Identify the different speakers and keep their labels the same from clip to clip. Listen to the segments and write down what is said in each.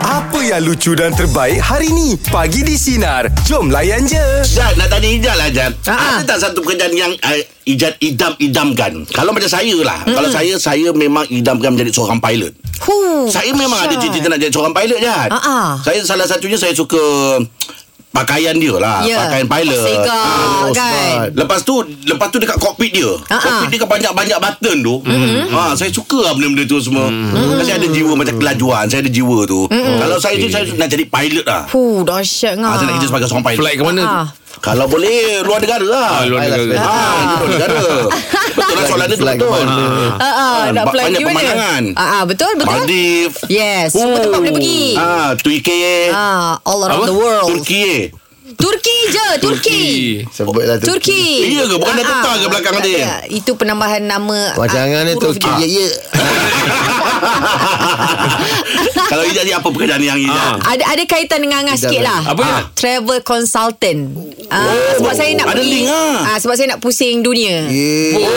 Speaker 1: Apa yang lucu dan terbaik hari ni? Pagi di Sinar. Jom layan je.
Speaker 2: Jad, nak tanya Ijad lah Jad Ada
Speaker 3: Ha.
Speaker 2: tak satu pekerjaan yang uh, Ijad idam-idamkan Kalau macam saya lah
Speaker 3: Hmm.
Speaker 2: mm. Kalau saya Saya memang idamkan menjadi seorang pilot
Speaker 3: Huh.
Speaker 2: Saya memang ada cita-cita nak jadi seorang pilot Jad
Speaker 3: Oh, Ha, ha.
Speaker 2: Saya salah satunya saya suka Pakaian dia lah
Speaker 3: Ya.
Speaker 2: Pakaian pilot
Speaker 3: Segar,
Speaker 2: Ah,
Speaker 3: kan?
Speaker 2: Lepas tu Lepas tu dekat kokpit dia
Speaker 3: Ha, Hmm. ha.
Speaker 2: Kokpit dia kan banyak-banyak button tu ha, Saya suka lah benda-benda tu semua
Speaker 3: Hmm.
Speaker 2: mm. Saya ada jiwa macam kelajuan Saya ada jiwa tu Kalau saya tu Saya nak jadi pilot lah
Speaker 3: Huh, dahsyat ngah.
Speaker 2: ha, Saya nak kerja sebagai seorang pilot
Speaker 4: Flight ke mana tu?
Speaker 3: Ah.
Speaker 2: kalau boleh luar negara lah.
Speaker 4: Ah, luar negara.
Speaker 2: Ah, luar negara. Betul lah soalan dia tu
Speaker 5: Flight ke
Speaker 2: betul.
Speaker 5: mana?
Speaker 3: Ah, ah, nak
Speaker 2: Ba-
Speaker 3: fly
Speaker 2: banyak
Speaker 3: pergi mana?
Speaker 2: pemandangan.
Speaker 3: Ah, ah, betul, betul.
Speaker 2: Maldives.
Speaker 3: Yes, semua tempat boleh pergi.
Speaker 2: Ah, Turki.
Speaker 3: Ah, all around
Speaker 4: Apa?
Speaker 3: the world.
Speaker 2: Turki.
Speaker 3: Turki je, Turki.
Speaker 5: Sebutlah tu.
Speaker 3: Turki.
Speaker 2: Iya ke? Bukan dah
Speaker 3: Ah,
Speaker 2: tetap
Speaker 3: ah.
Speaker 2: ke belakang
Speaker 3: Tak
Speaker 2: dia?
Speaker 3: ada. Itu penambahan nama. ah,
Speaker 5: Wacangan dia
Speaker 3: huruf
Speaker 5: Turki.
Speaker 3: dia.
Speaker 5: Ya, ya.
Speaker 2: Kalau dia jadi apa pekerjaan yang ini?
Speaker 4: Ah.
Speaker 3: Ada ada kaitan dengan Angah sikit lah
Speaker 4: Apa
Speaker 2: ya?
Speaker 4: dia?
Speaker 3: Travel consultant ah, Sebab saya nak
Speaker 2: Oh, Ada
Speaker 3: pergi
Speaker 2: link ah.
Speaker 3: ah, Sebab saya nak pusing dunia
Speaker 5: Ya.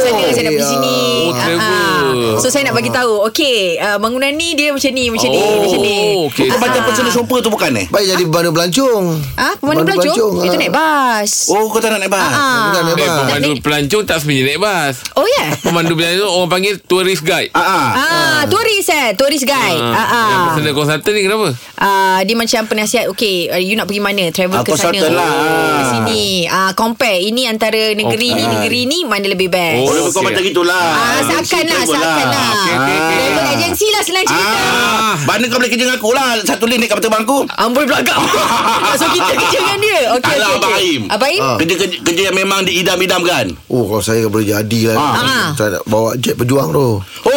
Speaker 3: sana saya nak pergi
Speaker 5: Ya.
Speaker 3: sini.
Speaker 4: Oh, travel.
Speaker 3: Ah, So saya nak bagi tahu. Okey, uh, bangunan ni dia macam ni, macam ni,
Speaker 4: Oh,
Speaker 3: macam ni.
Speaker 4: okey.
Speaker 2: Bukan macam personal shopper tu bukan eh?
Speaker 5: Baik jadi bandar belancong.
Speaker 3: Ah, ke mana
Speaker 5: Bandar
Speaker 3: belancong? Itu
Speaker 5: ah.
Speaker 3: naik bas.
Speaker 2: Oh, kau tak nak naik bas?
Speaker 5: Bukan
Speaker 3: Ah.
Speaker 5: naik
Speaker 4: Eh,
Speaker 5: bas.
Speaker 4: pemandu pelancong tak sebenarnya naik bas.
Speaker 3: Oh ya. Yeah.
Speaker 4: Pemandu pelancong orang panggil tourist guide.
Speaker 2: Ah, ah.
Speaker 3: Ah, turis eh, turis guide. Ah,
Speaker 4: Yang
Speaker 3: ah.
Speaker 4: personal consultant ni kenapa?
Speaker 3: Ah, dia macam penasihat Okay uh, You nak pergi mana Travel
Speaker 2: Ah,
Speaker 3: ke sana
Speaker 2: consultant lah.
Speaker 3: Ke sini ah, Compare Ini antara negeri ni Negeri ni Mana lebih best
Speaker 2: Oh,
Speaker 4: Oh,
Speaker 2: kau
Speaker 4: okey.
Speaker 2: macam gitulah.
Speaker 3: ah, Seakan lah Seakan lah
Speaker 4: Okey, okey, okey.
Speaker 3: Travel agency lah Senang cerita
Speaker 2: Ah, mana kau boleh kerja dengan aku lah Satu link naik kapal terbang aku
Speaker 3: Amboi belakang So kita kerja dengan dia Okey
Speaker 2: Tak lah,
Speaker 3: okey
Speaker 2: Abang
Speaker 3: okey.
Speaker 2: Aim.
Speaker 3: Abang Aim
Speaker 5: Ah.
Speaker 2: kerja, kerja, kerja yang memang diidam-idamkan
Speaker 5: Oh, kalau saya boleh jadi lah.
Speaker 3: Ah.
Speaker 5: Saya nak bawa jet pejuang tu.
Speaker 2: Oh,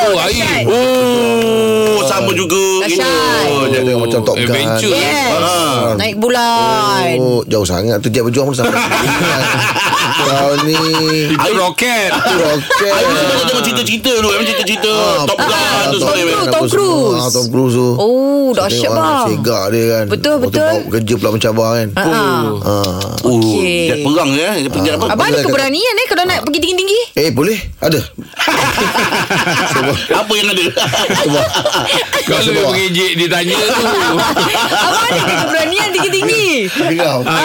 Speaker 4: Oh,
Speaker 3: dahsyat.
Speaker 4: air.
Speaker 2: oh sama juga
Speaker 3: Dahsyat.
Speaker 5: Oh,
Speaker 2: Gila.
Speaker 5: jet dia macam Top Gun.
Speaker 4: Adventure.
Speaker 3: Yes
Speaker 2: Ah.
Speaker 3: Naik bulan
Speaker 5: Oh, jauh sangat tu jet pejuang pun sampai. Kau ni
Speaker 4: Itu roket.
Speaker 5: roket.
Speaker 2: Aku semua
Speaker 3: Ah.
Speaker 2: tak tengok cerita-cerita tu Memang cerita-cerita Top Gun tu
Speaker 3: Tom
Speaker 2: semua memang.
Speaker 3: Cruise, Tom Cruise.
Speaker 5: Ah, Tom Cruise tu.
Speaker 3: Oh dahsyat
Speaker 5: Tengok orang
Speaker 3: bang
Speaker 5: Segak dia kan.
Speaker 3: Betul,
Speaker 5: Lepas tu
Speaker 3: betul.
Speaker 5: bawa Kerja pula mencabar kan.
Speaker 3: Ah.
Speaker 5: Ah.
Speaker 2: Oh,
Speaker 3: Okey.
Speaker 2: Dia perang ya Dia pergi apa
Speaker 3: Abang ada
Speaker 5: Abang
Speaker 3: keberanian eh Kalau nak pergi tinggi-tinggi
Speaker 5: Eh, boleh? Ada.
Speaker 2: Apa yang ada
Speaker 5: Cuba.
Speaker 4: Kalau dia
Speaker 5: Sebab-
Speaker 4: mengejek dia tanya tu.
Speaker 3: Abang ada ke keberanian tinggi-tinggi
Speaker 5: Dengar.
Speaker 3: Ha,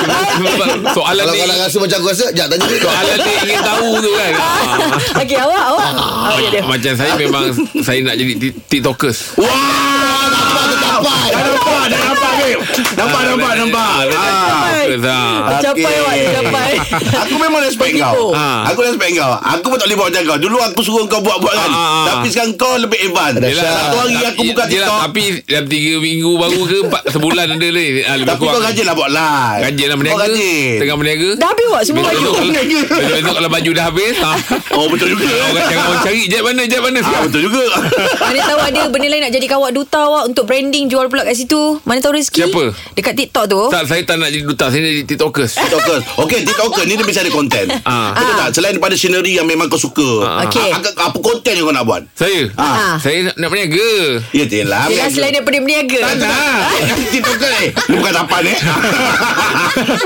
Speaker 4: Sebab Soalan
Speaker 5: Kalau
Speaker 4: ni
Speaker 5: kau nak rasa macam aku rasa, jap tanya dia.
Speaker 4: soalan ni ingin tahu tu kan. Ah.
Speaker 3: Okey awak awak Awak dia dia.
Speaker 4: Macam saya memang saya nak jadi ti- tiktokers.
Speaker 2: Wah Nampak tu nampak Dah nampak Dah nampak babe. Nampak nampak nampak Ah.
Speaker 4: Tiktokers, ah.
Speaker 3: Tercapai
Speaker 2: Okey.
Speaker 3: awak tercapai
Speaker 2: Aku memang respect kau
Speaker 4: Ah.
Speaker 2: Aku respect kau Aku pun tak boleh buat macam kau Dulu aku suruh kau buat-buat kan
Speaker 4: Ah, ah, ah.
Speaker 2: Tapi sekarang kau lebih advance
Speaker 5: Yelah,
Speaker 2: Satu hari aku
Speaker 4: Tapi-
Speaker 2: buka
Speaker 4: yelah,
Speaker 2: TikTok
Speaker 4: Tapi dalam 3 minggu baru ke empat- Sebulan ada ni ah, lebih
Speaker 2: Tapi kau
Speaker 4: kurang.
Speaker 2: rajin lah buat live
Speaker 4: Rajin lah
Speaker 2: Kau
Speaker 4: berniaga
Speaker 2: rajin
Speaker 4: Tengah berniaga
Speaker 3: Dah habis awak semua baju
Speaker 4: Besok-
Speaker 2: berniaga.
Speaker 4: Besok-besok kalau baju dah habis ah,
Speaker 2: Oh betul juga
Speaker 4: Orang jangan orang cari Jet mana Jet mana
Speaker 2: Ah, Betul juga
Speaker 3: Mana tahu ada benda lain nak jadi kawak duta awak Untuk branding jual pula kat situ Mana tahu rezeki
Speaker 4: Siapa?
Speaker 3: Dekat TikTok tu
Speaker 4: Tak saya tak nak jadi duta Saya nak jadi tiktokers
Speaker 2: TikTokers Okey TikToker ni dia mesti ada konten
Speaker 4: Ah.
Speaker 2: Betul tak Selain daripada scenery yang memang kau suka
Speaker 3: Ah. Okey.
Speaker 2: a- a- Apa konten yang kau nak buat
Speaker 4: Saya
Speaker 3: Ah.
Speaker 4: Saya nak, nak berniaga
Speaker 2: Ya telah
Speaker 3: Yelah selain daripada berniaga
Speaker 2: Tak nak
Speaker 4: Ah.
Speaker 2: TikToker eh Lu bukan tapan eh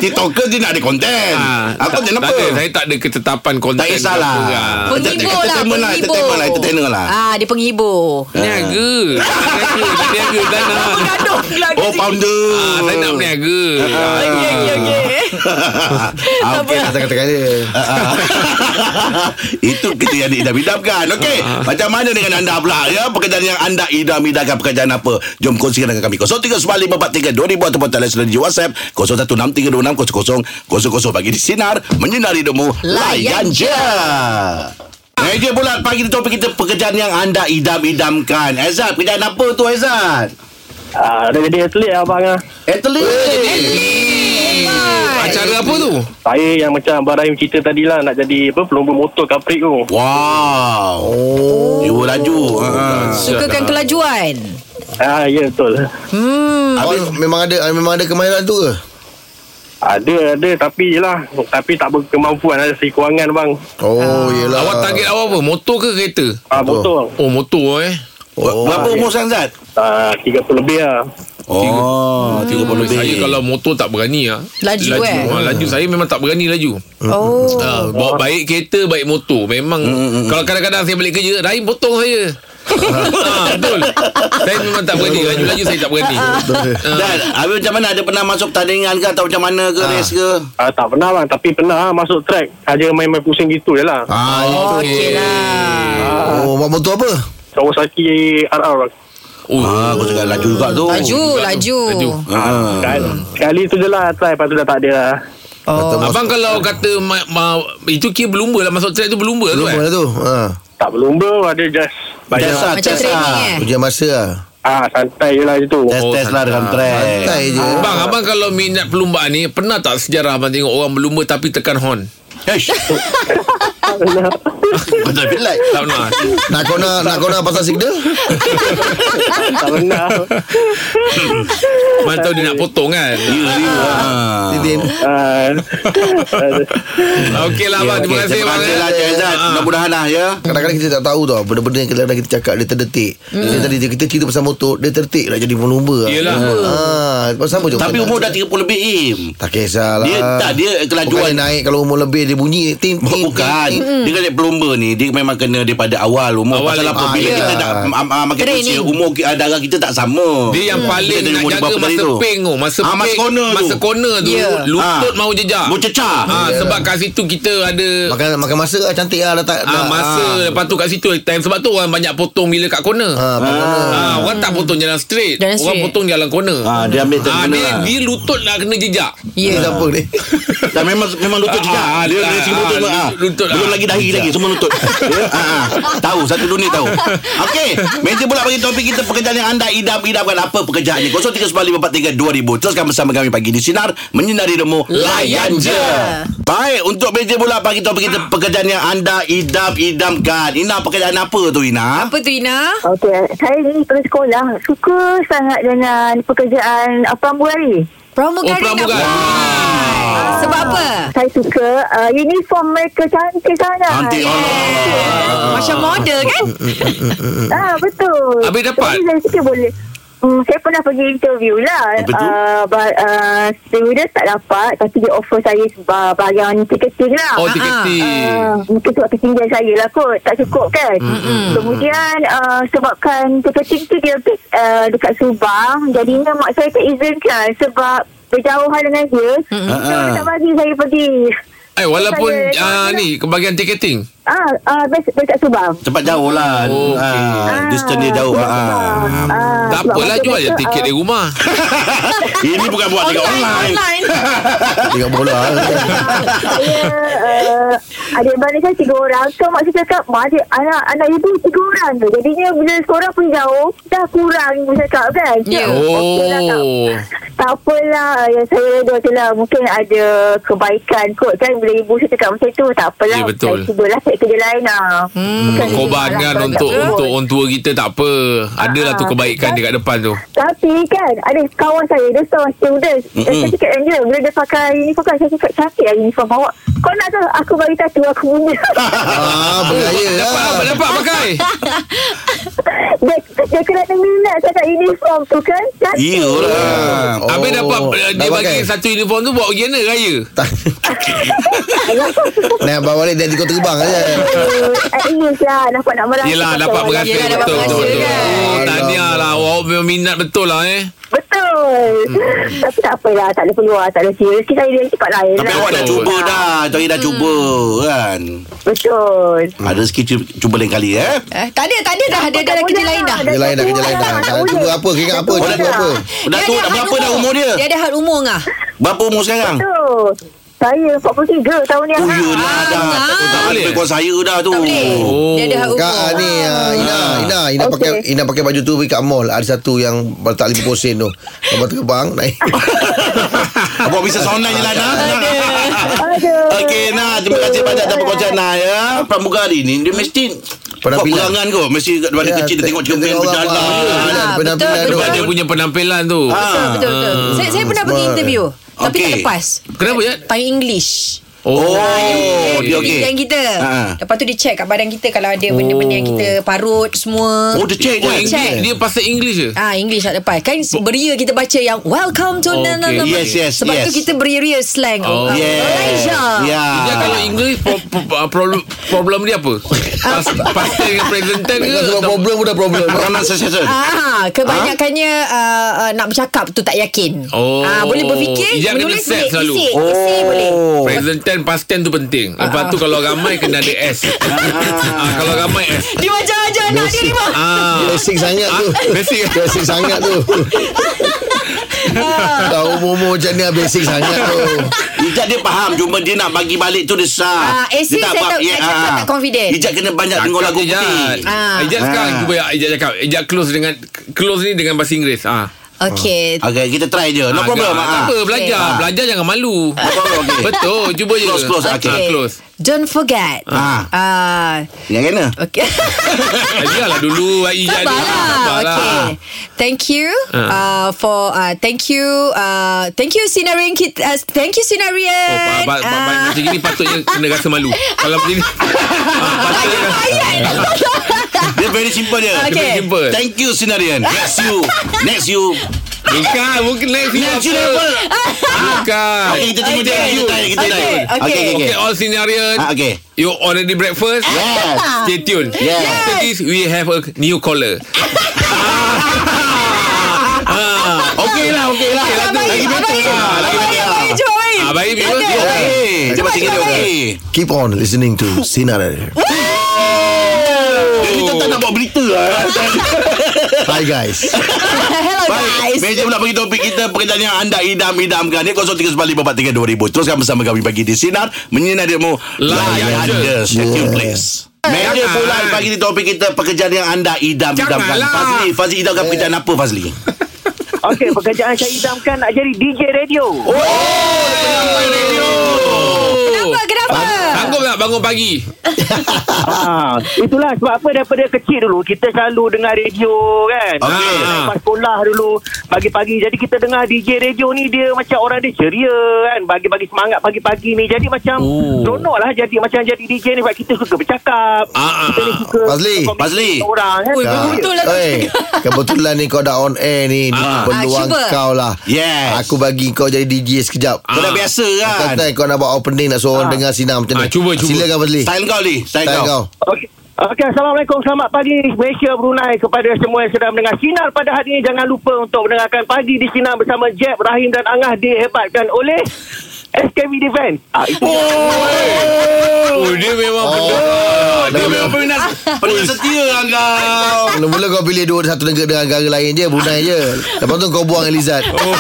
Speaker 2: TikToker dia nak ada konten
Speaker 4: Ah,
Speaker 2: Aku
Speaker 4: tak-
Speaker 2: tak
Speaker 4: tak
Speaker 2: apa
Speaker 4: ada, Saya tak ada ketetapan konten
Speaker 2: Tak kisahlah
Speaker 4: apa kan.
Speaker 2: Ah,
Speaker 3: Penghibur lah
Speaker 2: Entertainment lah, entertainment lah, entertainer lah.
Speaker 3: Ah, dia penghibur
Speaker 4: Berniaga Berniaga Berniaga Tak nak
Speaker 3: Gaduh pula kat
Speaker 2: Oh
Speaker 3: sini.
Speaker 2: founder
Speaker 4: Ah, Saya nak berniaga Ah.
Speaker 3: Okey okey okey
Speaker 2: Ah,
Speaker 3: Apa?
Speaker 2: okey.
Speaker 5: Kata-kata dia.
Speaker 2: Itu kita yang diidam-idamkan Okey Macam mana dengan anda pula ya Pekerjaan yang anda idam-idamkan Pekerjaan apa Jom kongsikan dengan kami 0395432000 Ataupun talian sudah di WhatsApp 0163260000 Bagi di Sinar Menyinari hidupmu Layan je Meja bulat pagi ni topik kita Pekerjaan yang anda idam-idamkan Ezad pekerjaan apa tu Ezad Eh,
Speaker 6: Ah, dah jadi atlet lah abang lah.
Speaker 2: Atlet
Speaker 4: Acara apa tu
Speaker 6: Saya yang macam Abang Rahim cerita tadi lah Nak jadi apa pelumba motor kaprik tu
Speaker 2: Wow oh. Jiwa laju Ah.
Speaker 3: Sukakan kelajuan
Speaker 6: ah, Ya betul
Speaker 5: Abang memang ada ah, memang ada kemahiran tu ke?
Speaker 6: Ada ada tapi je lah Tapi tak berkemampuan Ada segi kewangan bang
Speaker 5: Oh, yelah.
Speaker 4: Awak target awak apa Motor ke kereta
Speaker 6: ah, Motor
Speaker 4: Oh motor eh
Speaker 2: Oh. Berapa umur sekarang Zat?
Speaker 6: ah, 30 lebih lah
Speaker 2: Oh, 30 lebih.
Speaker 4: Hmm. Saya kalau motor tak berani ah.
Speaker 3: Laju,
Speaker 4: laju
Speaker 3: eh?
Speaker 4: ah, Laju saya memang tak berani laju
Speaker 3: Oh
Speaker 2: Mm,
Speaker 4: Ah, bawa baik kereta baik motor memang kalau kadang-kadang saya balik kerja Rahim potong saya Ah, betul. Saya memang tak berani. Laju-laju saya tak berani.
Speaker 2: Dan Habis macam mana Ada pernah masuk pertandingan ke Atau macam mana ke Race ke
Speaker 6: Ah, tak pernah bang Tapi pernah ah, masuk track Hanya main-main pusing gitu je lah
Speaker 5: Ah,
Speaker 3: Oh, okey lah.
Speaker 5: Oh, buat motor apa?
Speaker 6: Kawasaki RR bang
Speaker 4: Oh,
Speaker 2: Ah, Aku cakap laju juga tu
Speaker 3: Laju, Oh, laju.
Speaker 4: Laju.
Speaker 2: Ah.
Speaker 6: Sekali- Kan? Sekali tu je lah try Lepas tu dah tak ada lah
Speaker 5: Kata
Speaker 3: Oh.
Speaker 5: mas-
Speaker 4: Abang kalau kata ma, ma, Itu kira berlumba lah Masuk track tu berlumba tu
Speaker 5: Lumba
Speaker 4: kan
Speaker 5: lah tu. Ha.
Speaker 6: Tak berlumba Ada just
Speaker 2: Banyak
Speaker 5: Macam-
Speaker 2: sah,
Speaker 3: Macam
Speaker 2: test
Speaker 3: training,
Speaker 2: lah.
Speaker 3: eh?
Speaker 5: Ujian masa lah.
Speaker 6: ah, Santai je lah situ
Speaker 2: Test
Speaker 4: Oh,
Speaker 2: test lah dengan track
Speaker 5: Santai
Speaker 2: Ya.
Speaker 5: je.
Speaker 4: Bang, abang kalau minat perlumbaan ni Pernah tak sejarah abang tengok orang berlumba Tapi tekan horn?
Speaker 2: Eish Betul bila
Speaker 4: Tak pernah
Speaker 5: Nak kau nak, nak kau nak pasang signal?
Speaker 6: Tak pernah
Speaker 4: Mana tahu dia nak potong kan
Speaker 2: Ya.
Speaker 5: Titim.
Speaker 6: ah,
Speaker 4: Okey lah abang
Speaker 2: Okey,
Speaker 4: Terima kasih
Speaker 2: Terima
Speaker 4: abang
Speaker 2: kasih lah Cik Azad
Speaker 4: Ah.
Speaker 2: Mudah-mudahan lah ya
Speaker 5: Kadang-kadang kita tak tahu tau Benda-benda yang kadang-kadang kita cakap Dia terdetik hmm. Dia tadi dia- kita cerita pasal motor Dia terdetik nak jadi pelumba
Speaker 4: Yelah.
Speaker 5: ha, Pasal apa juga
Speaker 2: Tapi umur dah 30 lebih im
Speaker 5: Tak kisahlah
Speaker 2: Dia tak Dia kelajuan
Speaker 5: Bukan dia naik Kalau umur lebih Dia bunyi tin, tin,
Speaker 2: Bukan
Speaker 5: tin, tin.
Speaker 2: Dia kena pelumba ni Dia memang kena daripada awal Umur
Speaker 4: Awal
Speaker 2: awal Pasal
Speaker 4: ni.
Speaker 2: apa
Speaker 5: Ah,
Speaker 2: Bila
Speaker 5: ya.
Speaker 2: kita dah um, um, Makin
Speaker 3: Training.
Speaker 2: usia Umur ki- ah, darah kita tak sama Hmm.
Speaker 4: Dia yang paling
Speaker 2: Dia
Speaker 4: nak
Speaker 2: umur dia
Speaker 4: jaga
Speaker 2: berapa
Speaker 4: masa
Speaker 2: tadi tu?
Speaker 4: ping tu Masa
Speaker 2: Ah, masa
Speaker 4: ping,
Speaker 2: corner tu.
Speaker 4: Masa corner tu
Speaker 3: Ya.
Speaker 4: Lutut
Speaker 2: Ah. Ya.
Speaker 4: mau jejak
Speaker 2: Mau cecah.
Speaker 4: Ah, Sebab kat situ kita ada
Speaker 5: Makan, makan masa lah Cantik lah dah tak
Speaker 4: Eh. ah,
Speaker 5: dah-
Speaker 4: Masa Lepas tu kat situ time Sebab tu orang banyak potong Bila kat corner
Speaker 5: ah,
Speaker 4: ah.
Speaker 5: apa guna?
Speaker 4: Orang tak potong jalan straight
Speaker 3: Jalan
Speaker 4: Orang
Speaker 3: straight.
Speaker 4: potong jalan corner
Speaker 2: Ah, Dia ambil
Speaker 4: Ah,
Speaker 2: terkena
Speaker 4: dia,
Speaker 2: lah.
Speaker 4: dia lutut lah kena jejak
Speaker 5: Ni
Speaker 3: Ya.
Speaker 5: siapa ni
Speaker 2: Dan memang memang lutut juga.
Speaker 4: Ah, ah,
Speaker 2: dia
Speaker 4: ah,
Speaker 2: dari segi
Speaker 4: ah,
Speaker 2: lutut.
Speaker 4: lutut,
Speaker 2: ah.
Speaker 4: lutut,
Speaker 2: Belum
Speaker 4: ah.
Speaker 2: lagi dahi lagi semua lutut. Ya, ah, ah. Tahu satu dunia tahu. Okey, meja pula bagi topik kita pekerjaan yang anda idam-idamkan apa pekerjaannya. 0395432000. Teruskan bersama kami pagi di sinar menyinari demo layan je. Baik, untuk meja pula bagi topik kita pekerjaan yang anda idam-idamkan. Ina pekerjaan apa tu Ina?
Speaker 3: Apa tu Ina?
Speaker 2: Oh,
Speaker 7: Okey, saya ni pergi sekolah suka sangat dengan pekerjaan uh, pramugari.
Speaker 3: Pramugari
Speaker 4: Oh,
Speaker 3: nak
Speaker 4: pramugari.
Speaker 3: buat. Sebab apa?
Speaker 7: Saya suka uh, uniform mereka cantik sangat.
Speaker 2: Cantik,
Speaker 4: oh.
Speaker 3: Eh, Macam model kan?
Speaker 7: Ah, betul.
Speaker 4: Habis dapat?
Speaker 7: Jadi saya fikir boleh. Hmm, saya pernah pergi interview lah.
Speaker 2: Apa tu?
Speaker 7: Uh, but, uh, interview dia tak dapat tapi dia offer saya uh, bahagian ticketing lah.
Speaker 4: Oh
Speaker 3: Ah,
Speaker 4: tiketing
Speaker 7: Ah, mungkin sebab ketinggian saya lah kot Tak cukup kan mm-hmm. Kemudian uh, Sebabkan Keting tu dia base, uh, Dekat Subang Jadinya mak saya tak izinkan Sebab Berjauhan dengan dia mm-hmm. So
Speaker 2: Ah, ah.
Speaker 7: dia tak bagi saya pergi
Speaker 4: Eh walaupun ah,
Speaker 7: Saya-
Speaker 4: ni kebahagiaan tiketing
Speaker 7: Ah, ah, base- base kat Subang
Speaker 2: Tempat jauh lah.
Speaker 4: Oh, okey.
Speaker 2: Ah, distance dia jauh.
Speaker 7: sebab
Speaker 2: Ah.
Speaker 7: Subang. Ah,
Speaker 4: Tak
Speaker 7: sebab
Speaker 4: apalah
Speaker 7: masa
Speaker 4: jual
Speaker 7: tu,
Speaker 4: je tiket
Speaker 7: ah,
Speaker 4: dari rumah
Speaker 2: Ini bukan buat dekat online.
Speaker 3: online.
Speaker 5: Tengok bola
Speaker 7: ah, saya uh, adik beradik saya tiga orang so mak saya cakap mak adik anak anak ibu tiga orang tu jadinya bila seorang pun jauh dah kurang ibu cakap kan so,
Speaker 3: Ya.
Speaker 7: okey lah, tak,
Speaker 4: Oh
Speaker 7: tak apalah ya, saya reda je lah mungkin ada kebaikan kot kan bila ibu saya cakap macam tu tak apalah
Speaker 4: Ya, betul.
Speaker 7: saya cubalah cari kerja lain lah hmm,
Speaker 4: Korbankan untuk untuk orang tua kita tak apa. Adalah tu
Speaker 7: Ah,
Speaker 4: kebaikan dekat depan tu.
Speaker 7: Tapi kan Ada kawan saya Dia seorang student mm-hmm. Saya cakap dengan dia Bila dia pakai uniform kan Saya cakap cantik lah uniform awak Kau nak tahu Aku bagi tattoo Aku punya
Speaker 5: Ah, beraya lah
Speaker 4: Dapat dapat, dapat pakai.
Speaker 7: dia, dia kerana minat Cakap uniform tu kan
Speaker 4: Ya.
Speaker 7: Cantik
Speaker 2: Iyalah.
Speaker 5: lah. Oh,
Speaker 4: Habis dapat eh, dia
Speaker 5: dah
Speaker 4: bagi
Speaker 5: pakai.
Speaker 4: satu uniform tu buat ujian raya.
Speaker 5: Tak. Nah, bawa balik dari kota kebang aja.
Speaker 7: At least lah Nampak nak merasa
Speaker 4: Yelah
Speaker 7: macam
Speaker 4: dapat
Speaker 7: orang
Speaker 4: merasa
Speaker 3: Yelah, dapat
Speaker 4: betul betul.
Speaker 3: merasa,
Speaker 4: betul.
Speaker 3: kan?
Speaker 4: Oh, tahniah
Speaker 5: Alamak.
Speaker 4: lah. Awak memang minat betul lah eh.
Speaker 7: Betul
Speaker 5: Hmm.
Speaker 7: Tapi tak apalah Tak ada peluang Tak ada kira Rezeki saya dia cepat lain
Speaker 2: Tapi
Speaker 7: lah.
Speaker 2: awak dah
Speaker 4: Betul.
Speaker 2: cuba dah Tapi dah cuba kan
Speaker 7: Betul
Speaker 2: Ada rezeki cu- cuba lain kali eh
Speaker 3: Eh, tak ada, tak ada dah. Dia ada
Speaker 7: Tak
Speaker 3: kerja
Speaker 7: boleh
Speaker 3: lain
Speaker 7: lah.
Speaker 3: dah.
Speaker 7: Dah
Speaker 5: Kerja lain dah, kerja
Speaker 7: tua
Speaker 5: lain dah.
Speaker 7: tak
Speaker 5: Dah
Speaker 7: boleh.
Speaker 5: cuba apa, keringat apa,
Speaker 7: Dah
Speaker 5: cuba
Speaker 7: tua.
Speaker 5: apa.
Speaker 2: Dah
Speaker 3: Dia
Speaker 2: tu
Speaker 3: ada
Speaker 2: dah
Speaker 3: had
Speaker 2: berapa dah umur dia
Speaker 3: Dia ada had umur ngah.
Speaker 2: Berapa umur sekarang
Speaker 7: Betul Saya 43 tahun ni
Speaker 2: Oh
Speaker 7: Ah.
Speaker 2: yelah dah
Speaker 3: Ah,
Speaker 2: Tak
Speaker 4: tak
Speaker 2: boleh
Speaker 4: boleh.
Speaker 2: lebih kurang saya dah tu
Speaker 3: Tak boleh.
Speaker 4: Oh.
Speaker 3: Dia ada had
Speaker 5: Kak ah,
Speaker 3: umur.
Speaker 5: ni ah, Ina, Ina, Ina
Speaker 7: Okey.
Speaker 5: pakai Ina pakai baju tu pergi kat mall. Ada satu yang letak 50 sen tu. Lepas tu kebang naik.
Speaker 2: Awak bisa online je lah Nah
Speaker 7: Aduh.
Speaker 2: Okey nah Terima kasih banyak Dapat kocak Nah ya Pramugari ni Dia mesti
Speaker 5: Pernah
Speaker 2: Buat
Speaker 5: pilih.
Speaker 2: perangan kot Mesti daripada
Speaker 5: Ya,
Speaker 2: kecil Dia
Speaker 5: te-
Speaker 2: tengok
Speaker 5: dia
Speaker 2: cermin
Speaker 5: tengok orang
Speaker 2: berjalan
Speaker 5: buat.
Speaker 3: Ah,
Speaker 5: Dia pernah
Speaker 3: betul,
Speaker 5: bilang
Speaker 3: betul.
Speaker 5: dia.
Speaker 4: Dia punya penampilan tu.
Speaker 2: Ah.
Speaker 3: Betul, betul, betul. Saya, saya pernah pergi
Speaker 5: Smart.
Speaker 3: interview. Tapi
Speaker 2: Okey.
Speaker 3: terlepas.
Speaker 4: Kenapa ya?
Speaker 3: Panggil English.
Speaker 4: Oh,
Speaker 2: Oh, dia okey.
Speaker 3: Yang kita
Speaker 2: Ha.
Speaker 3: Lepas tu dia check kat badan kita Kalau ada benda-benda yang kita Parut semua
Speaker 2: Oh, dia check
Speaker 4: Oh,
Speaker 2: je.
Speaker 4: English,
Speaker 3: Check.
Speaker 4: dia pasal English je.
Speaker 3: Ah English tak lepas Kan beria kita baca yang Welcome to
Speaker 4: Okay.
Speaker 3: na- na- na-
Speaker 2: Yes, yes,
Speaker 3: Sebab
Speaker 2: yes. Ya.
Speaker 3: tu kita beria slang
Speaker 4: Oh.
Speaker 3: Ah,
Speaker 2: Yeah.
Speaker 3: Malaysia
Speaker 2: Yeah.
Speaker 4: Dia kalau English pro, pro, ah, problem problem dia apa? Pas, pasal dengan present tense ke?
Speaker 5: Sebab problem pun dah problem
Speaker 2: Pronunciation.
Speaker 3: Ah, kebanyakannya
Speaker 2: Ha?
Speaker 3: ah, ah, nak bercakap tu tak yakin.
Speaker 4: Oh.
Speaker 3: Ah, boleh berfikir,
Speaker 4: Ijaz kena
Speaker 3: menulis
Speaker 4: set
Speaker 3: boleh,
Speaker 4: selalu.
Speaker 2: Oh.
Speaker 3: isi, isi
Speaker 4: Oh.
Speaker 3: boleh.
Speaker 4: Present tense past tense tu penting. Lepas tu kalau ramai kena ada S. ah, kalau ramai S.
Speaker 3: Dia macam aja anak dia ni bang.
Speaker 4: Ah.
Speaker 5: Basic sangat tu
Speaker 4: Basic.
Speaker 5: Basic sangat tu
Speaker 4: Ah.
Speaker 5: Dah umur-umur macam ni lah, Basic sangat tu
Speaker 2: Ijat dia faham Cuma dia nak bagi balik tu dia
Speaker 3: Ah,
Speaker 2: sah
Speaker 3: essay saya tak- saya cakap tak confident.
Speaker 2: Ijat ah. kena banyak dengar lagu putih
Speaker 4: Ah.
Speaker 3: Ah.
Speaker 4: Ijaz sekarang
Speaker 2: Ah.
Speaker 4: cuba Ijaz cakap. Ijaz close dengan close ni dengan bahasa Inggeris. Ah.
Speaker 3: Okey.
Speaker 2: Okay kita try je No problem
Speaker 4: Agak- Tak
Speaker 2: ah.
Speaker 4: apa, belajar.
Speaker 2: Ah.
Speaker 4: Belajar jangan malu.
Speaker 2: problem, okey.
Speaker 4: Betul, cuba je.
Speaker 2: Close, close, okey.
Speaker 4: Ah, close.
Speaker 3: Don't forget.
Speaker 2: Ah.
Speaker 3: Ah.
Speaker 2: Yang kena
Speaker 3: Okey.
Speaker 4: Ajarlah Ah, dulu Ah, Ijaz ni.
Speaker 3: Sabarlah. Okay. Thank you
Speaker 4: Ah.
Speaker 3: uh, for uh, thank you uh, thank you Sinarian kit uh, thank you Ah.
Speaker 4: Oh,
Speaker 3: Sinarian.
Speaker 4: ba- ba- ba- ba- macam gini patutnya kena rasa malu. Kalau macam ni. Ah, patutnya
Speaker 2: Dia very simple dia
Speaker 3: Okay.
Speaker 4: kena simple.
Speaker 2: Thank you Sinarian Next you Next you
Speaker 4: Bukan, bukan next
Speaker 2: Next you
Speaker 4: apa.
Speaker 2: apa
Speaker 4: Bukan.
Speaker 2: Okay kita tunggu dia Kita try Kita try
Speaker 3: Okay, okay.
Speaker 2: Okay
Speaker 4: Okay,
Speaker 2: okay
Speaker 4: all scenario.
Speaker 2: Ah, Okay
Speaker 4: You already breakfast?
Speaker 2: Yes
Speaker 4: Stay tuned.
Speaker 2: Yes.
Speaker 4: After this, we have a new caller. ah.
Speaker 2: Okay lah Okay lah
Speaker 3: Abang
Speaker 2: Lagi
Speaker 3: Im, Abang
Speaker 2: better
Speaker 3: Im,
Speaker 2: lah Lagi better
Speaker 3: Abang Im,
Speaker 2: lah
Speaker 3: Abang Im, jom Abang Im.
Speaker 4: Ah, baik, baik, baik.
Speaker 3: Okay.
Speaker 2: Okay Dia
Speaker 3: Cepat,
Speaker 2: masih kena
Speaker 3: cepat,
Speaker 2: okay
Speaker 5: Keep on listening to Sinar
Speaker 2: Kita tak nak buat berita lah
Speaker 5: Hi guys
Speaker 3: Hello
Speaker 2: Baik,
Speaker 3: guys.
Speaker 2: meja pula bagi topik kita pekerjaan yang anda idam-idamkan ni 0395432000. Teruskan bersama kami pagi di sinar menyinari demo
Speaker 4: Layan
Speaker 2: layan
Speaker 4: je.
Speaker 2: je setiap place. Meja
Speaker 4: Jangan.
Speaker 2: pula bagi di topik kita pekerjaan yang anda idam-idamkan.
Speaker 4: Janganlah.
Speaker 2: Fazli, Fazli idamkan pekerjaan apa Fazli?
Speaker 8: Okey, pekerjaan saya idamkan nak jadi DJ radio. Oh,
Speaker 3: Kenapa? Kenapa?
Speaker 4: Sanggup tak bangun pagi?
Speaker 8: ha, itulah sebab apa daripada kecil dulu kita selalu dengar radio kan.
Speaker 2: Okey.
Speaker 8: Ha, lepas
Speaker 4: Ah.
Speaker 8: sekolah dulu pagi-pagi jadi kita dengar DJ radio ni dia macam orang dia ceria kan, bagi-bagi semangat pagi-pagi ni. Jadi macam
Speaker 4: Oh.
Speaker 8: seronok lah jadi macam jadi DJ ni sebab kita suka bercakap.
Speaker 4: Ah, ah,
Speaker 8: kita ni
Speaker 4: ah.
Speaker 8: suka
Speaker 5: Fazli,
Speaker 8: berkomunikasi
Speaker 2: Fazli.
Speaker 8: dengan orang kan.
Speaker 3: Ui,
Speaker 8: Ya.
Speaker 3: betul lah tu.
Speaker 5: Hey, kebetulan ni kau dah on air ni, ni
Speaker 4: Ah.
Speaker 3: Ah,
Speaker 5: peluang
Speaker 3: cuba.
Speaker 5: kau lah.
Speaker 2: Yes.
Speaker 5: Aku bagi kau jadi DJ sekejap.
Speaker 2: Kau dah
Speaker 4: Ah.
Speaker 2: biasa kan?
Speaker 5: Kata kau nak buat opening nak suruh orang dengar sinar macam
Speaker 4: Ah,
Speaker 5: ni.
Speaker 4: cuba, cuba.
Speaker 5: Silakan Fazli.
Speaker 2: Style kau ni, style
Speaker 5: Style
Speaker 2: kau.
Speaker 5: kau.
Speaker 8: Okey. Okey, Assalamualaikum. Selamat pagi Malaysia Brunei kepada semua yang sedang mendengar Sinar pada hari ini. Jangan lupa untuk mendengarkan pagi di Sinar bersama Jeb, Rahim dan Angah dihebatkan oleh SKB Defense. Ah, itu
Speaker 2: eh.
Speaker 4: Oh, dia memang oh. Dia memang peminat.
Speaker 2: Penuh setia lah kau.
Speaker 5: Mula-mula kau pilih dua satu negara negara lain je, Brunei je. Lepas tu kau buang Elizad.
Speaker 4: Oh.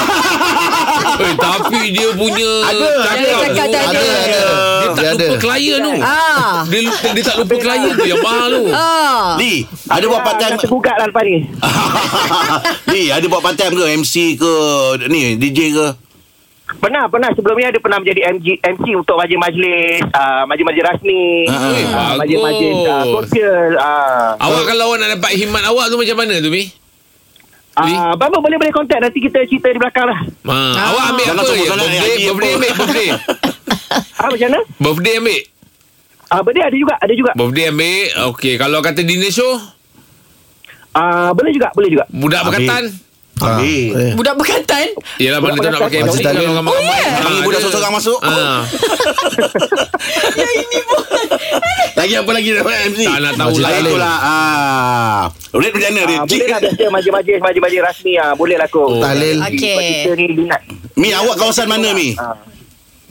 Speaker 4: Eh, tapi dia punya
Speaker 2: Ada,
Speaker 4: cakap
Speaker 3: ada. Cakap tak
Speaker 5: ada.
Speaker 4: Dia tak lupa
Speaker 5: Dia ada.
Speaker 4: klien tu.
Speaker 3: Ah.
Speaker 4: Dia, dia tak lupa klien tu yang mahal tu.
Speaker 3: Ah.
Speaker 2: Li, ada buat part
Speaker 8: akan
Speaker 2: time
Speaker 8: tergugat lah lepas ni.
Speaker 2: Li, ada buat part time ke MC ke ni DJ ke?
Speaker 8: Pernah, pernah. Sebelum ni ada pernah menjadi MG, MC untuk majlis-majlis, ah, majlis-majlis rasmi,
Speaker 2: Ah,
Speaker 4: eh,
Speaker 8: ah,
Speaker 4: bagus.
Speaker 8: majlis-majlis ah, sosial. ah.
Speaker 4: Awak kalau awak nak dapat himat awak tu macam mana tu, Mi? Li?
Speaker 8: Ah, Abang boleh-boleh kontak. Nanti kita cerita di belakang lah.
Speaker 4: Ha, awak ambil
Speaker 2: Jangan
Speaker 4: apa?
Speaker 2: sebut
Speaker 4: Ya?
Speaker 2: sangat,
Speaker 4: Birthday,
Speaker 2: idea
Speaker 4: birthday
Speaker 2: apa?
Speaker 4: ambil, birthday.
Speaker 8: Ah, macam mana?
Speaker 4: birthday ambil.
Speaker 8: Ah, benda ada juga, ada juga.
Speaker 4: Birthday ambil. Okey, kalau kata dinner show,
Speaker 8: Ah, boleh juga, boleh juga.
Speaker 4: budak
Speaker 2: Ambil.
Speaker 4: berkatan.
Speaker 5: Ah,
Speaker 2: Ambil.
Speaker 5: eh.
Speaker 3: Budak berkatan?
Speaker 4: Yelah mana tu nak pakai
Speaker 5: Masih
Speaker 4: MC
Speaker 5: tak ada.
Speaker 4: kalau Ah, ramai ramai.
Speaker 3: Oh, ya?
Speaker 2: Tangan Eh, budak seorang-seorang masuk.
Speaker 4: Ah.
Speaker 2: Lagi apa lagi dapat MC?
Speaker 4: Tak nak tahu
Speaker 5: Masih
Speaker 4: lah.
Speaker 5: tak
Speaker 2: Lain
Speaker 5: boleh.
Speaker 2: pula ah. Rate macam mana
Speaker 8: Ah,
Speaker 2: rate?
Speaker 8: boleh lah biasa majlis-majlis majlis-majlis rasmi ah boleh lah kot.
Speaker 5: Oh. Tahlil.
Speaker 8: Sebab kita
Speaker 3: Okey.
Speaker 8: ni minat.
Speaker 2: Mi awak kawasan mana Mi?
Speaker 8: Ah.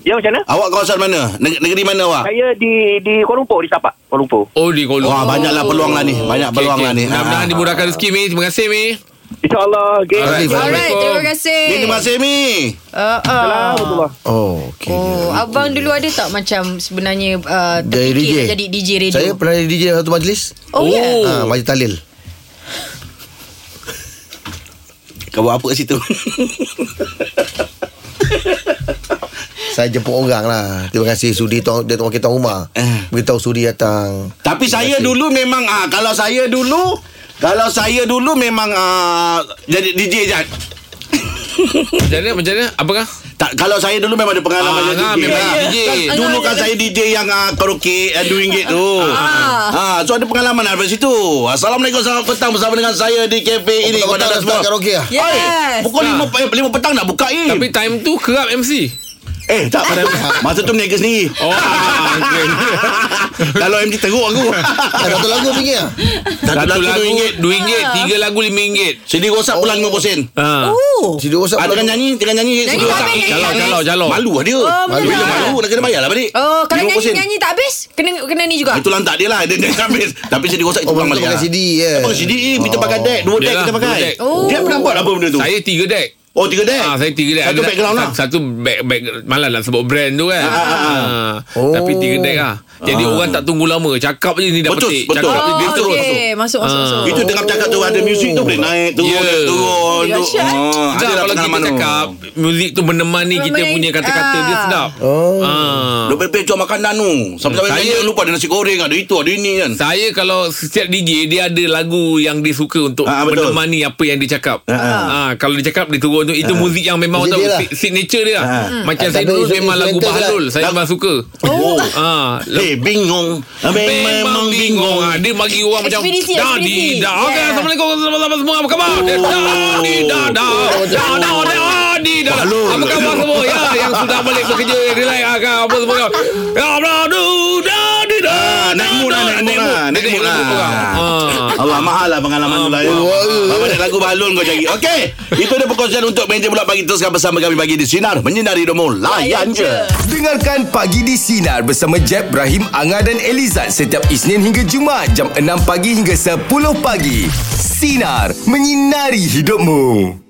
Speaker 8: Ya macam mana?
Speaker 2: Awak kawasan mana? Neg- Negeri mana awak?
Speaker 8: Saya di di Kuala Lumpur di Tapak, Kuala Lumpur.
Speaker 4: Oh di kolong.
Speaker 2: Wah banyaklah peluang lah ni. Banyak peluang lah ni.
Speaker 4: Mudah-mudahan
Speaker 2: Ah.
Speaker 4: dimudahkan rezeki Mi. Terima kasih Mi.
Speaker 8: Insya-Allah. Okay.
Speaker 4: Alright.
Speaker 3: Alright,
Speaker 4: Assalamualaikum.
Speaker 3: terima kasih.
Speaker 2: Mi, Terima kasih Mi.
Speaker 3: Uh, uh.
Speaker 8: Alhamdulillah.
Speaker 5: Oh, okey.
Speaker 3: Oh, abang dulu ada tak macam sebenarnya uh,
Speaker 5: Jadi DJ.
Speaker 3: terfikir nak jadi DJ radio?
Speaker 5: Saya pernah jadi DJ satu majlis.
Speaker 3: oh, ya. Yeah.
Speaker 5: Ah, majlis tahlil.
Speaker 2: Kau buat apa kat situ?
Speaker 5: Saya jemput orang lah. Terima kasih Sudi tolong dia tolong kita rumah.
Speaker 2: Eh.
Speaker 5: Beritahu Sudi datang.
Speaker 2: Tapi saya dulu memang ah kalau saya dulu kalau saya dulu memang ah, jadi DJ Jad.
Speaker 4: Macam mana? Macam mana? Apa kah?
Speaker 2: tak, Kalau saya dulu memang ada pengalaman
Speaker 4: Ah,
Speaker 2: jadi
Speaker 4: Angah
Speaker 2: DJ
Speaker 4: memang
Speaker 2: lah.
Speaker 4: DJ.
Speaker 2: Dulu kan saya DJ yang uh, karaoke uh, RM2 tu ah. So ada pengalaman lah dari situ Assalamualaikum selamat petang bersama dengan saya di kafe ini
Speaker 5: Kau
Speaker 2: Kau dah
Speaker 5: tak
Speaker 2: semua
Speaker 5: start karaoke lah
Speaker 3: Yes.
Speaker 2: Oi, Pukul
Speaker 4: Ah.
Speaker 2: 5 eh, lima petang nak buka eh
Speaker 4: Tapi time tu kerap MC
Speaker 2: Eh tak pada Masa tu meniaga sendiri
Speaker 4: Oh okay.
Speaker 2: Kalau MT teruk aku
Speaker 5: Ada satu lagu pergi lah
Speaker 4: Satu lagu
Speaker 2: RM2
Speaker 4: RM2 Tiga lagu RM5
Speaker 2: Sini rosak pula RM50
Speaker 4: Ha.
Speaker 3: Oh.
Speaker 5: Sidi rosak
Speaker 2: Ah,
Speaker 5: pula
Speaker 2: tengah nyanyi, tengah nyanyi.
Speaker 3: Nyanyi
Speaker 2: Sebelum
Speaker 3: tak
Speaker 2: tak-
Speaker 3: habis, nyanyi
Speaker 4: Kalau
Speaker 3: tak
Speaker 4: kalau jalo
Speaker 2: Malu lah dia.
Speaker 3: Oh, malu.
Speaker 2: Bila malu, nak kena bayar lah balik.
Speaker 3: Oh, kalau nyanyi
Speaker 2: 50%.
Speaker 3: nyanyi tak habis, kena kena ni juga.
Speaker 2: Itu lantak dia lah. Dia dia habis. Tapi saya dirosak itu
Speaker 5: Oh,
Speaker 2: kurang
Speaker 5: benda tu
Speaker 2: balik lah.
Speaker 5: pakai CD eh.
Speaker 2: Pakai CD, kita pakai deck. Dua deck
Speaker 4: Yalah,
Speaker 2: kita pakai.
Speaker 4: lah, dua deck.
Speaker 3: Oh.
Speaker 2: Dia pernah buat apa benda tu?
Speaker 4: Saya tiga dek
Speaker 2: Oh, tiga deck.
Speaker 4: Ah, saya tiga dek
Speaker 2: Satu
Speaker 4: Ada-
Speaker 2: background lah.
Speaker 4: satu- Satu back, back Malah nak sebut brand tu kan
Speaker 2: ah, ah. Oh.
Speaker 4: Ah, Tapi tiga dek lah Jadi orang tak tunggu lama Cakap je ni dah
Speaker 2: Betul,
Speaker 4: petik
Speaker 2: betul.
Speaker 4: Cakap je
Speaker 3: Oh,
Speaker 4: dia terus
Speaker 3: okay. Masuk, masuk,
Speaker 4: Ah.
Speaker 3: masuk.
Speaker 2: Itu tengah cakap tu ada muzik tu boleh naik turun
Speaker 4: Yeah.
Speaker 2: naik turun.
Speaker 3: Ya,
Speaker 2: tu.
Speaker 3: Syah.
Speaker 2: Ah, adalah
Speaker 4: Sedap kalau kita
Speaker 2: pengalaman tu.
Speaker 4: cakap Muzik tu menemani kita
Speaker 3: Menemani,
Speaker 4: punya kata-kata Dia
Speaker 3: ah.
Speaker 4: sedap
Speaker 5: Oh.
Speaker 4: Ah.
Speaker 2: Dia pergi jual makanan tu. Sampai-sampai
Speaker 4: Saya-
Speaker 2: saya lupa ada nasi goreng, ada itu, ada ini kan.
Speaker 4: Saya kalau setiap DJ Dia ada lagu yang dia suka Untuk
Speaker 2: Ah, betul.
Speaker 4: menemani apa yang dia cakap
Speaker 2: Ah, ah.
Speaker 4: Ah, Kalau dia cakap dia turun tu Itu muzik yang memang
Speaker 5: Muzik
Speaker 4: orang
Speaker 5: dia
Speaker 4: tahu,
Speaker 5: lah.
Speaker 4: si- Signature dia lah
Speaker 2: Ah.
Speaker 4: Macam
Speaker 5: Ah,
Speaker 4: saya
Speaker 5: tapi
Speaker 4: dulu
Speaker 5: instru-
Speaker 4: Memang lagu
Speaker 5: instrumental
Speaker 4: Bahlul
Speaker 5: lah.
Speaker 4: Saya
Speaker 2: Lag-
Speaker 4: memang suka
Speaker 2: Oh.
Speaker 4: Ah,
Speaker 2: Eh, bingung. Memang bingung.
Speaker 4: Ah, Dia bagi orang macam
Speaker 3: Ekspedisi, ekspedisi.
Speaker 4: Dadi dah. Okey,
Speaker 3: Yeah.
Speaker 4: assalamualaikum warahmatullahi semua. Apa khabar? Dia Dadi dah dah. Dah dah dadi dah. Apa khabar semua? Ya, yang sudah balik bekerja yang relax ah kan, apa semua. kan. Ya Allah, du dadi dah.
Speaker 2: Ah, naik mood lah, naik mood lah, naik mood lah.
Speaker 4: Ah.
Speaker 2: Allah mahal lah pengalaman tu lah ya. Bapak ada lagu balon kau cari Okey Itu dia perkongsian untuk meja bulat pagi Teruskan bersama kami pagi di Sinar Menyinari Demo Layan je
Speaker 1: Dengarkan Pagi di Sinar bersama Jeb, Ibrahim, Anga dan Elizad setiap Isnin hingga Jumaat jam 6 pagi hingga 10 pagi. Sinar. Menyinari hidupmu.